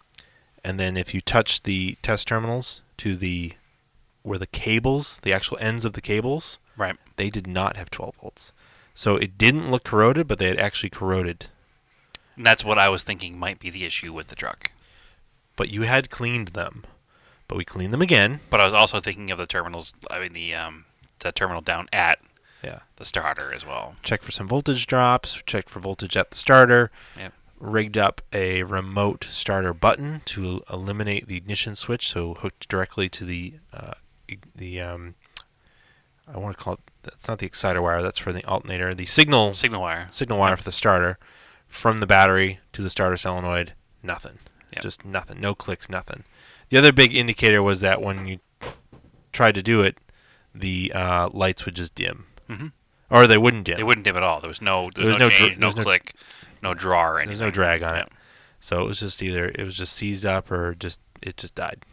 Speaker 1: and then if you touch the test terminals to the where the cables, the actual ends of the cables,
Speaker 2: Right.
Speaker 1: they did not have 12 volts. So it didn't look corroded, but they had actually corroded.
Speaker 2: And that's what I was thinking might be the issue with the truck.
Speaker 1: But you had cleaned them. But we cleaned them again.
Speaker 2: But I was also thinking of the terminals. I mean the um the terminal down at
Speaker 1: Yeah.
Speaker 2: the starter as well.
Speaker 1: Checked for some voltage drops, checked for voltage at the starter,
Speaker 2: Yep.
Speaker 1: rigged up a remote starter button to eliminate the ignition switch, so hooked directly to the uh, ig- the um, I want to call it that's not the exciter wire, that's for the alternator, the signal
Speaker 2: Signal wire.
Speaker 1: signal wire for the starter from the battery to the starter solenoid nothing
Speaker 2: Yep.
Speaker 1: just nothing no clicks nothing the other big indicator was that when you tried to do it the uh, lights would just dim
Speaker 2: Mhm.
Speaker 1: or they wouldn't dim
Speaker 2: They wouldn't dim at all. There was no
Speaker 1: There
Speaker 2: there was,
Speaker 1: was
Speaker 2: no,
Speaker 1: no dr-
Speaker 2: change, no
Speaker 1: there's no-
Speaker 2: click, no draw or anything.
Speaker 1: there's no drag on it
Speaker 2: Yeah.
Speaker 1: so it was just either it was just seized up or just it just died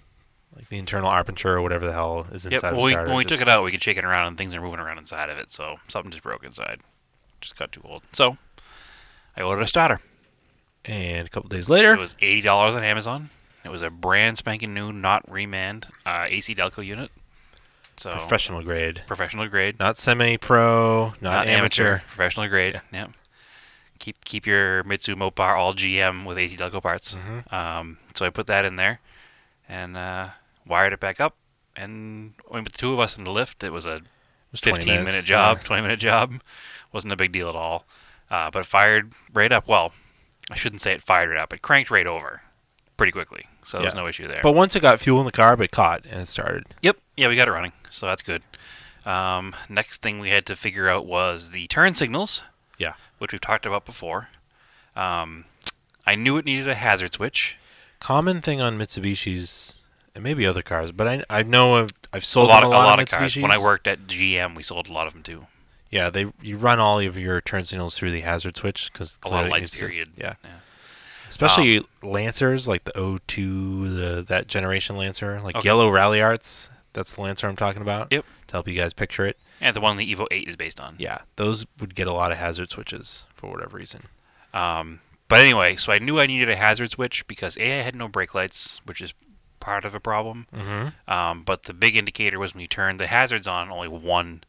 Speaker 1: like the internal armature or whatever the hell is
Speaker 2: Yep.
Speaker 1: inside
Speaker 2: When
Speaker 1: of the
Speaker 2: we,
Speaker 1: starter
Speaker 2: when we
Speaker 1: just-
Speaker 2: took it out, we could shake it around and things are moving around inside of it. So something just broke inside. Just got too old. So I ordered a starter.
Speaker 1: and a couple days later
Speaker 2: It was eighty dollars on Amazon. It was a brand spanking new, not remanned uh, AC Delco unit. So
Speaker 1: professional grade
Speaker 2: professional grade,
Speaker 1: not semi pro not, amateur.
Speaker 2: professional grade. Yep. Keep keep your Mitsu Mopar all GM with AC Delco parts.
Speaker 1: Mm-hmm.
Speaker 2: Um, so I put that in there, and uh, wired it back up. And I mean, with the two of us in the lift, it was a
Speaker 1: It was 20
Speaker 2: 15 minute
Speaker 1: minutes,
Speaker 2: job,
Speaker 1: yeah.
Speaker 2: 20 minute job. Wasn't a big deal at all. Uh, but it fired right up. Well, I shouldn't say it fired it up. It cranked right over pretty quickly. So there was
Speaker 1: Yeah.
Speaker 2: no issue there.
Speaker 1: But once it got fuel in the carb, it caught and it started.
Speaker 2: yep. Yeah, we got it running. So that's good. Um, next thing we had to figure out was the turn signals,
Speaker 1: Yeah.
Speaker 2: which we've talked about before. Um, I knew it needed a hazard switch.
Speaker 1: Common thing on Mitsubishi's and maybe other cars, but I I know I've, I've
Speaker 2: A
Speaker 1: sold
Speaker 2: lot,
Speaker 1: on
Speaker 2: of, a lot of cars.
Speaker 1: Mitsubishis.
Speaker 2: When I worked at GM, we sold a lot of them too.
Speaker 1: yeah, they you run all of your turn signals through the hazard switch because
Speaker 2: A lot of lights, period.
Speaker 1: Yeah,
Speaker 2: yeah. Um,
Speaker 1: especially Lancers like the O2, the that generation Lancer, like
Speaker 2: Okay.
Speaker 1: yellow rally arts. That's the Lancer I'm talking about.
Speaker 2: Yep.
Speaker 1: To help you guys picture it.
Speaker 2: And the one the Evo 8 is based on.
Speaker 1: Yeah, those would get a lot of hazard switches for whatever reason.
Speaker 2: Um, but anyway, so I knew I needed a hazard switch because A, I had no brake lights, which is part of a problem. Mm-hmm. Um, but the big indicator was when you turned the hazards on, only one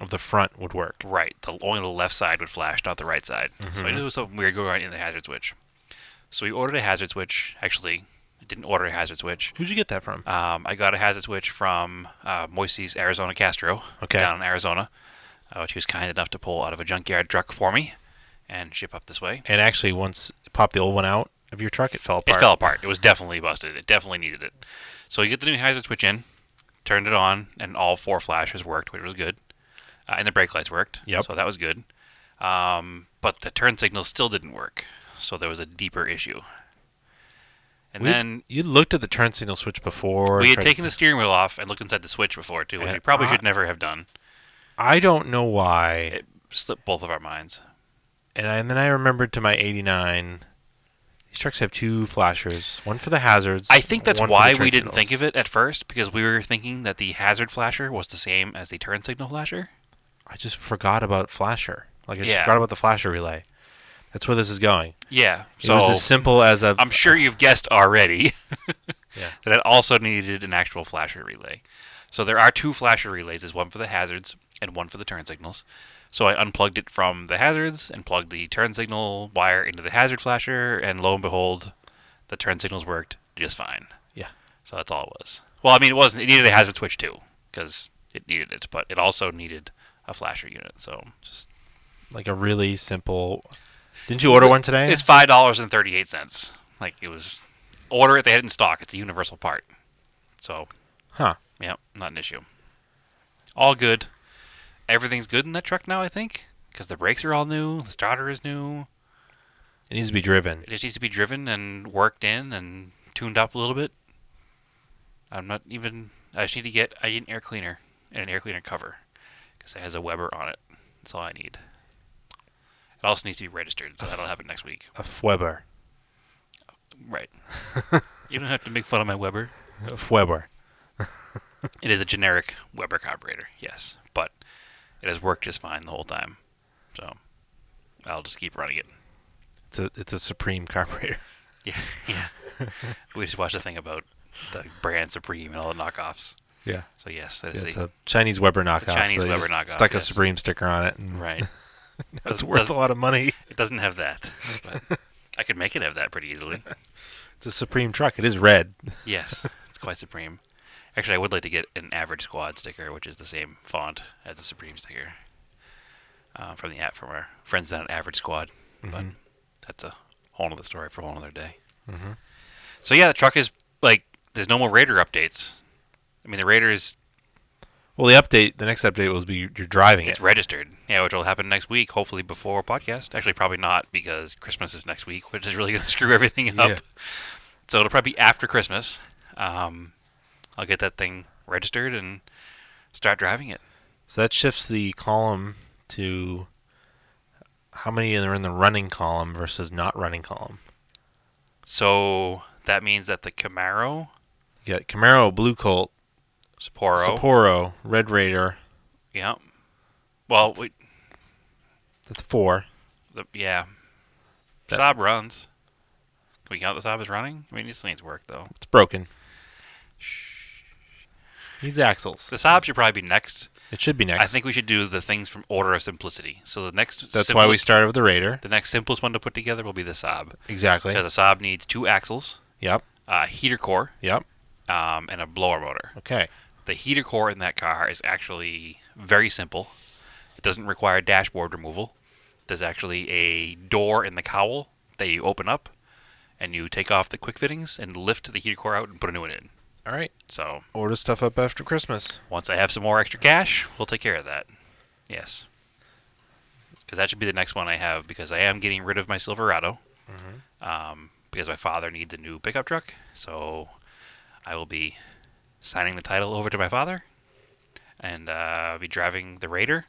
Speaker 1: Of the front would work.
Speaker 2: right, the only the left side would flash, not the right side. So I knew there was something weird going on in the hazard switch. So we ordered a hazard switch. Actually, I didn't order a hazard switch.
Speaker 1: Who'd you get that from?
Speaker 2: Um, I got a hazard switch from uh, Moises Arizona Castro
Speaker 1: Okay.
Speaker 2: down in Arizona, uh, which he was kind enough to pull out of a junkyard truck for me and ship up this way.
Speaker 1: and actually, once it popped the old one out of your truck, it fell apart.
Speaker 2: It fell apart. It was definitely busted. It definitely needed it. So you get the new hazard switch in, turned it on, and all four flashes worked, which was good. Uh, and the brake lights worked.
Speaker 1: Yep.
Speaker 2: So that was good. Um, but the turn signal still didn't work. So there was a deeper issue. And
Speaker 1: We'd-
Speaker 2: then
Speaker 1: you looked at the turn signal switch before.
Speaker 2: we had
Speaker 1: tried to- Uh,
Speaker 2: taken the steering wheel off and looked inside the switch before, too, which
Speaker 1: And
Speaker 2: we probably
Speaker 1: I-
Speaker 2: should never have done.
Speaker 1: I don't know why.
Speaker 2: It slipped both of our minds.
Speaker 1: And, I, and then I remembered to my '89. These trucks have two flashers, one for the hazards.
Speaker 2: I think that's
Speaker 1: one for
Speaker 2: why
Speaker 1: the turn
Speaker 2: we didn't think of
Speaker 1: signals.
Speaker 2: it at first, because we were thinking that the hazard flasher was the same as the turn signal flasher.
Speaker 1: I just forgot about flasher. Like I just
Speaker 2: Yeah.
Speaker 1: forgot about the flasher relay. That's where this is going.
Speaker 2: Yeah.
Speaker 1: It
Speaker 2: So
Speaker 1: was as simple as a.
Speaker 2: I'm sure you've guessed already <laughs>
Speaker 1: Yeah.
Speaker 2: that it also needed an actual flasher relay. So there are two flasher relays, there's one for the hazards and one for the turn signals. So I unplugged it from the hazards and plugged the turn signal wire into the hazard flasher, and lo and behold, the turn signals worked just fine.
Speaker 1: yeah.
Speaker 2: So that's all it was. Well, I mean, it wasn't. It needed a hazard switch too, because it needed it, but it also needed a flasher unit. So just
Speaker 1: Like a really simple. Didn't you order one today?
Speaker 2: it's five dollars and thirty eight cents. Like it was order it they had it in stock. It's a universal part. So
Speaker 1: huh.
Speaker 2: yeah, not an issue. All good. Everything's good in that truck now, I think, because the brakes are all new, the starter is new.
Speaker 1: It needs to be driven.
Speaker 2: It just needs to be driven and worked in and tuned up a little bit. I'm not even. I just need to get. I need an air cleaner and an air cleaner cover because it has a Weber on it. That's all I need. It also needs to be registered, so that'll happen next week.
Speaker 1: A Fweber. <laughs>
Speaker 2: Right. you don't have to make fun of my Weber.
Speaker 1: A Fweber.
Speaker 2: It is a generic Weber carburetor, yes, but it has worked just fine the whole time. So I'll just keep running it. <laughs>
Speaker 1: It's a it's a supreme carburetor. <laughs>
Speaker 2: Yeah, yeah. we just watched a thing about the brand Supreme and all the knockoffs.
Speaker 1: Yeah.
Speaker 2: So yes, that
Speaker 1: Yeah,
Speaker 2: is
Speaker 1: it's
Speaker 2: the
Speaker 1: a Chinese Weber knockoff.
Speaker 2: Chinese
Speaker 1: so they
Speaker 2: Weber
Speaker 1: just
Speaker 2: knockoff,
Speaker 1: Stuck
Speaker 2: yes.
Speaker 1: a Supreme sticker on it, and <laughs>
Speaker 2: right.
Speaker 1: it's worth a lot of money. <laughs>
Speaker 2: It doesn't have that, but I could make it have that pretty easily.
Speaker 1: It's a Supreme truck. It is red.
Speaker 2: Yes, it's quite supreme. Actually, I would like to get an average squad sticker, which is the same font as the supreme sticker, uh, from the app from our friends down at Average Squad. But that's a whole other story for a whole other day. So yeah, the truck is like there's no more Raider updates. I mean, the Raider is
Speaker 1: Well, the update, the next update will be you're driving
Speaker 2: it's
Speaker 1: it.
Speaker 2: registered. Yeah, which will happen next week, hopefully before podcast. Actually, probably not because Christmas is next week, which is really going to <laughs> screw everything up.
Speaker 1: Yeah.
Speaker 2: So it'll probably be after Christmas. Um, I'll get that thing registered and start driving it.
Speaker 1: So that shifts the column to how many are in the running column versus not running column.
Speaker 2: So that means that the Camaro,
Speaker 1: You got Camaro, Blue Colt,
Speaker 2: Sapporo,
Speaker 1: Sapporo, Red Raider.
Speaker 2: yeah. Well, we,
Speaker 1: That's four.
Speaker 2: the, yeah,
Speaker 1: That-
Speaker 2: Saab runs. Can we count the Saab as running? I mean, this needs work though.
Speaker 1: It's broken. Needs axles.
Speaker 2: The Saab should probably be next.
Speaker 1: It should be next.
Speaker 2: I think we should do the things from order of simplicity. So the next
Speaker 1: that's why we
Speaker 2: simplest-
Speaker 1: started with the Raider.
Speaker 2: The next simplest one to put together will be the Saab.
Speaker 1: Exactly.
Speaker 2: Because the Saab needs two axles,
Speaker 1: Yep.
Speaker 2: a heater core,
Speaker 1: Yep.
Speaker 2: um, and a blower motor.
Speaker 1: Okay.
Speaker 2: The heater core in that car is actually very simple. It doesn't require dashboard removal. There's actually a door in the cowl that you open up, and you take off the quick fittings and lift the heater core out and put a new one in.
Speaker 1: All right.
Speaker 2: So
Speaker 1: Order stuff up after Christmas.
Speaker 2: once I have some more extra cash, we'll take care of that. Yes. Because that should be the next one I have because I am getting rid of my Silverado.
Speaker 1: Mm-hmm.
Speaker 2: Um, because my father needs a new pickup truck. So I will be signing the title over to my father and uh, be driving the Raider.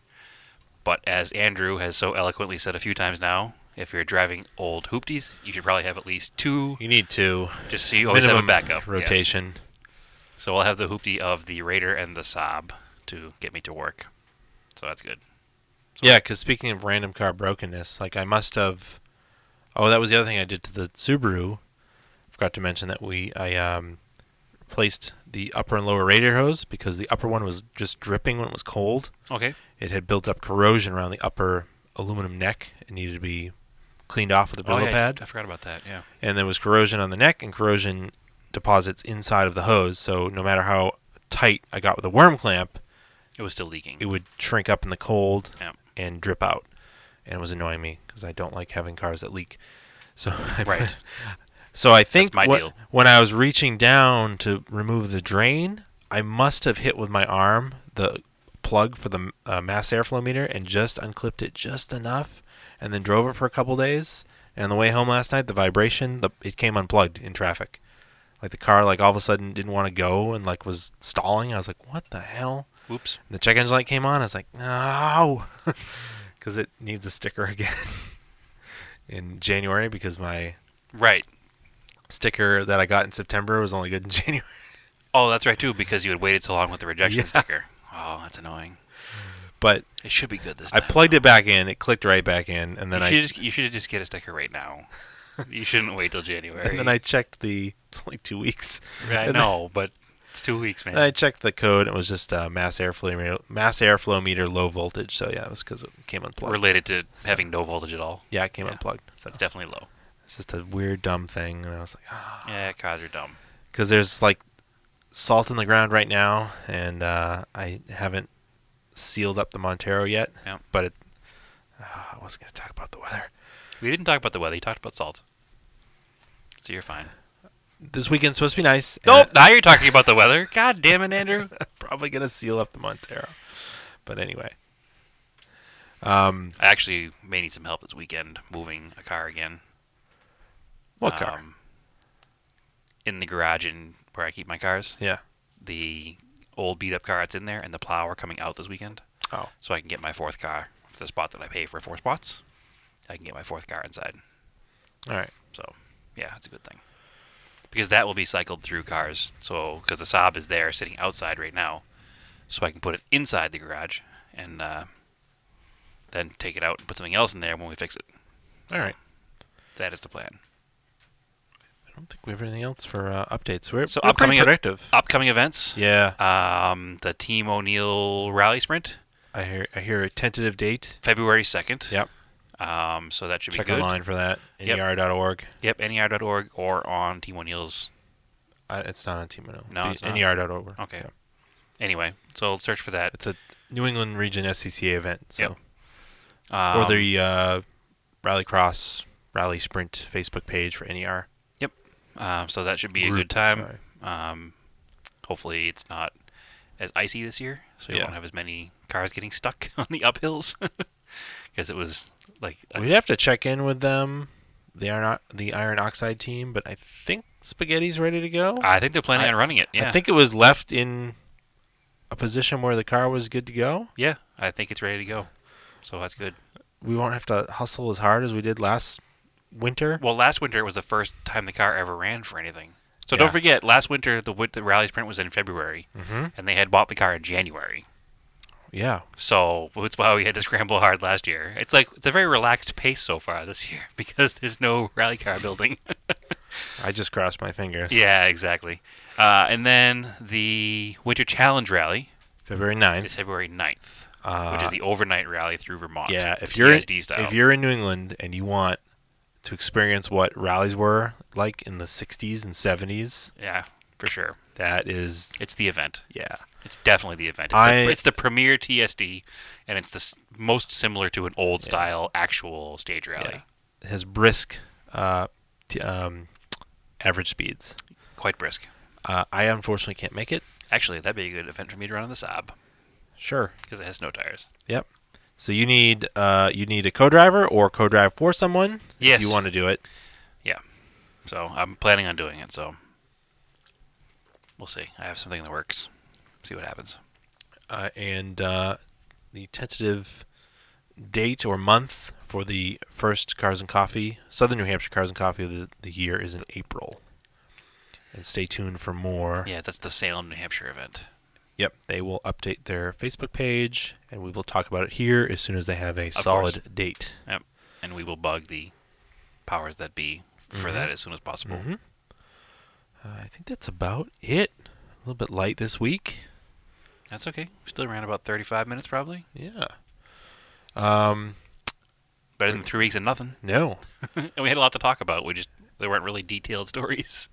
Speaker 2: But as Andrew has so eloquently said a few times now, if you're driving old hoopties, you should probably have at least two,
Speaker 1: You need to
Speaker 2: just so you always have a
Speaker 1: minimum
Speaker 2: backup. Yes.
Speaker 1: rotation.
Speaker 2: So I'll have the hoopty of the Raider and the Saab to get me to work. So that's good.
Speaker 1: Yeah, because speaking of random car brokenness, like I must have. Oh, that was the other thing I did to the Subaru. Forgot to mention that we I um, placed the upper and lower radiator hose because the upper one was just dripping when it was cold.
Speaker 2: Okay.
Speaker 1: It had built up corrosion around the upper aluminum neck. It needed to be cleaned off with a
Speaker 2: Oh,
Speaker 1: billow
Speaker 2: yeah, I-
Speaker 1: pad,
Speaker 2: I, forgot about that. Yeah.
Speaker 1: and there was corrosion on the neck and corrosion deposits inside of the hose. So no matter how tight I got with the worm clamp,
Speaker 2: It was still leaking.
Speaker 1: it would shrink up in the cold
Speaker 2: Yeah.
Speaker 1: and drip out. And it was annoying me because I don't like having cars that leak. <laughs> So I,
Speaker 2: Right.
Speaker 1: So I think
Speaker 2: my
Speaker 1: what-
Speaker 2: deal.
Speaker 1: when I was reaching down to remove the drain, I must have hit with my arm the plug for the uh, mass airflow meter and just unclipped it just enough, and then drove it for a couple days. And on the way home last night, the vibration the it came unplugged in traffic. Like the car, like all of a sudden didn't want to go and like was stalling. I was like, "What the hell?"
Speaker 2: Oops.
Speaker 1: And the check engine light came on. I was like, no, <laughs> because it needs a sticker again <laughs> in January because my
Speaker 2: Right.
Speaker 1: sticker that I got in September was only good in <laughs> January.
Speaker 2: Oh, that's right too, because you had waited so long with the rejection
Speaker 1: Yeah.
Speaker 2: sticker. Oh, that's annoying.
Speaker 1: But
Speaker 2: It should be good this
Speaker 1: I
Speaker 2: time.
Speaker 1: plugged it back in. It clicked right back in, and then
Speaker 2: you
Speaker 1: I <laughs>
Speaker 2: should just you should just get a sticker right now. you shouldn't wait till January.
Speaker 1: and then I checked the. <laughs> It's only two weeks.
Speaker 2: I
Speaker 1: and then-
Speaker 2: know, but it's two weeks, man.
Speaker 1: And I checked the code. and It was just uh, mass airflow meter, mass airflow meter, low voltage. So yeah, it was because it came unplugged.
Speaker 2: Related to having no voltage at all.
Speaker 1: Yeah, it came
Speaker 2: Yeah.
Speaker 1: unplugged. So
Speaker 2: It's definitely low.
Speaker 1: it's just a weird, dumb thing. And I was like, ah.
Speaker 2: Yeah, cars are dumb.
Speaker 1: because there's like salt in the ground right now, and uh, I haven't sealed up the Montero yet.
Speaker 2: Yeah.
Speaker 1: But it, Ah, I was going to talk about the weather
Speaker 2: We didn't talk about the weather. You talked about salt. So you're fine.
Speaker 1: this weekend's supposed to be nice. and
Speaker 2: Nope. Now you're talking about the weather. <laughs> God damn it, Andrew.
Speaker 1: I'm <laughs> probably going to seal up the Montero. But anyway, um,
Speaker 2: I actually may need some help this weekend moving a car again.
Speaker 1: what car?
Speaker 2: Um, in the garage in where I keep my cars.
Speaker 1: Yeah.
Speaker 2: The old beat up car that's in there and the plow are coming out this weekend.
Speaker 1: Oh,
Speaker 2: So I can get my fourth car for the spot that I pay for four spots. I can get my fourth car inside.
Speaker 1: all right.
Speaker 2: So yeah, it's a good thing. because that will be cycled through cars. So because the Saab is there sitting outside right now, so I can put it inside the garage and uh, then take it out and put something else in there when we fix it.
Speaker 1: All right.
Speaker 2: That is the plan.
Speaker 1: I don't think we have anything else for uh, updates. We're,
Speaker 2: So
Speaker 1: we're
Speaker 2: upcoming
Speaker 1: pretty productive.
Speaker 2: Upcoming events.
Speaker 1: yeah,
Speaker 2: Um, the Team O'Neill Rally Sprint,
Speaker 1: I hear. I hear a tentative date.
Speaker 2: February second.
Speaker 1: Yep.
Speaker 2: Um, so that should
Speaker 1: Check
Speaker 2: be good.
Speaker 1: online for that. E
Speaker 2: Yep.
Speaker 1: NER.org.
Speaker 2: Yep, E ner.org or on Team O'Neill's.
Speaker 1: I, it's not on Team Minnow.
Speaker 2: No,
Speaker 1: Be-
Speaker 2: it's not.
Speaker 1: NER.org.
Speaker 2: Okay.
Speaker 1: Yeah.
Speaker 2: Anyway, so search for that.
Speaker 1: It's a New England Region SCCA event. So.
Speaker 2: Yep. Um,
Speaker 1: or the uh, Rallycross Rally Sprint Facebook page for NER.
Speaker 2: um, so that should be a
Speaker 1: group,
Speaker 2: good time.
Speaker 1: sorry.
Speaker 2: Um, hopefully, it's not as icy this year, so you
Speaker 1: Yeah.
Speaker 2: won't have as many cars getting stuck <laughs> on the uphills. Because it was like a-
Speaker 1: We'd have to check in with them, the iron o- the iron oxide team. But I think Spaghetti's ready to go.
Speaker 2: I think they're planning
Speaker 1: I-
Speaker 2: on running it. Uh, Yeah,
Speaker 1: I think it was left in a position where the car was good to go.
Speaker 2: yeah, I think it's ready to go. So that's good.
Speaker 1: We won't have to hustle as hard as we did last winter.
Speaker 2: Well, last winter it was the first time the car ever ran for anything. So
Speaker 1: Yeah.
Speaker 2: don't forget, last winter the, win- the rally sprint was in February,
Speaker 1: Mm-hmm.
Speaker 2: and they had bought the car in January.
Speaker 1: Yeah,
Speaker 2: So that's why we had to scramble hard last year. It's like it's a very relaxed pace so far this year <laughs> because there's no rally car building.
Speaker 1: I just crossed my fingers.
Speaker 2: yeah, exactly. Uh, and then the Winter Challenge Rally
Speaker 1: February
Speaker 2: is
Speaker 1: 9th.
Speaker 2: February 9th,
Speaker 1: Uh,
Speaker 2: which is the overnight rally through Vermont.
Speaker 1: yeah, if
Speaker 2: It's
Speaker 1: you're
Speaker 2: TSD style.
Speaker 1: if you're in New England and you want to experience what rallies were like in the 60s and 70s,
Speaker 2: yeah, for sure.
Speaker 1: that is
Speaker 2: It's the event.
Speaker 1: yeah.
Speaker 2: It's definitely the event. It's,
Speaker 1: I-
Speaker 2: the, it's the premier TSD, and it's the s- most similar to an old style actual stage rally.
Speaker 1: It has brisk uh, t- um, average speeds.
Speaker 2: Quite brisk.
Speaker 1: Uh, I unfortunately can't make it.
Speaker 2: Actually, that'd be a good event for me to run on the Saab
Speaker 1: Sure.
Speaker 2: because it has no tires.
Speaker 1: Yep. So you need uh, you need a co-driver or co-drive for someone.
Speaker 2: Yes.
Speaker 1: If you want to do it.
Speaker 2: So I'm planning on doing it. So we'll see. I have something in the works. See what happens.
Speaker 1: Uh, and uh, the tentative date or month for the first Cars and Coffee Southern New Hampshire Cars and Coffee of the, the year is in April. And stay tuned for more.
Speaker 2: Yeah, that's the Salem, New Hampshire event.
Speaker 1: Yep, they will update their Facebook page, and we will talk about it here as soon as they have a solid date.
Speaker 2: Yep. And we will bug the powers that be for
Speaker 1: Mhm.
Speaker 2: that as soon as possible.
Speaker 1: Mhm. Uh, I think that's about it. A little bit light this week.
Speaker 2: That's okay. We still ran about 35 minutes probably.
Speaker 1: Yeah. Um.
Speaker 2: Better than three weeks and nothing. <laughs>
Speaker 1: No.
Speaker 2: and we had a lot to talk about. We just there weren't really detailed <laughs> stories.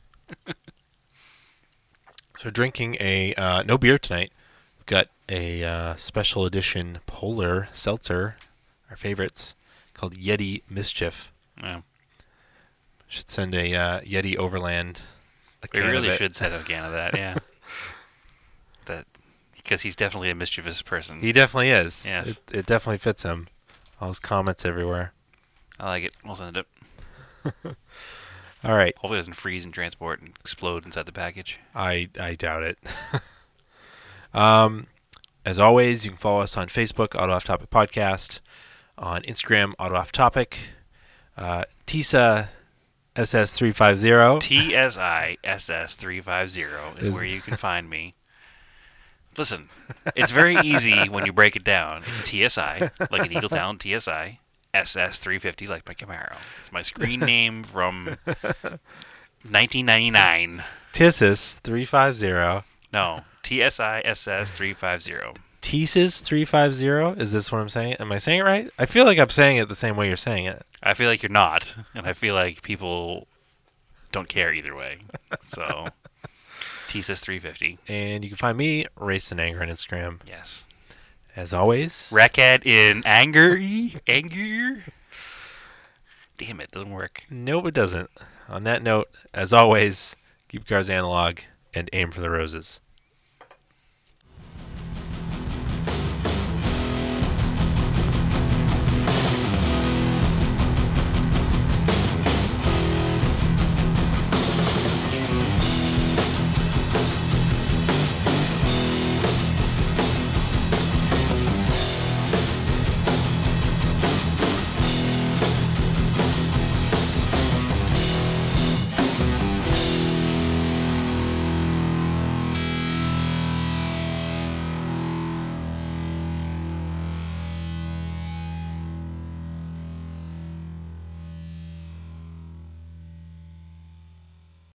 Speaker 1: So drinking a uh, no beer tonight. We've got a uh, special edition polar seltzer, our favorites, called Yeti Mischief.
Speaker 2: Yeah,
Speaker 1: Should send a uh, Yeti Overland. A
Speaker 2: we
Speaker 1: can of
Speaker 2: really
Speaker 1: it.
Speaker 2: should set up again of that. <laughs> Yeah, that because he's definitely a mischievous person.
Speaker 1: He definitely is.
Speaker 2: Yes.
Speaker 1: It, it definitely fits him. All his comments everywhere.
Speaker 2: I like it. We'll send it up.
Speaker 1: All right.
Speaker 2: Hopefully, it doesn't freeze and transport and explode inside the package.
Speaker 1: I I doubt it. <laughs> um, as always, you can follow us on Facebook, Auto Off Topic Podcast, on Instagram, Auto Off Topic, uh, TISA SS three five zero.
Speaker 2: T S I S S three five zero is
Speaker 1: Is-
Speaker 2: where you can find me. Listen, it's very easy when you break it down. It's TSI, like an Eagle Town TSI, SS350, like my Camaro. It's my screen name from 1999.
Speaker 1: TISIS three five zero.
Speaker 2: No, TSISS three five zero.
Speaker 1: TISIS three five zero. Is this what I'm saying? Am I saying it right? I feel like I'm saying it the same way you're saying it.
Speaker 2: I feel like you're not, and I feel like people don't care either way. So, TSIS three fifty.
Speaker 1: And you can find me Race and Anger on Instagram.
Speaker 2: Yes,
Speaker 1: As always,
Speaker 2: Rackhead in anger, anger. Damn it, doesn't work.
Speaker 1: no, it doesn't. On that note, as always, keep cars analog and aim for the roses.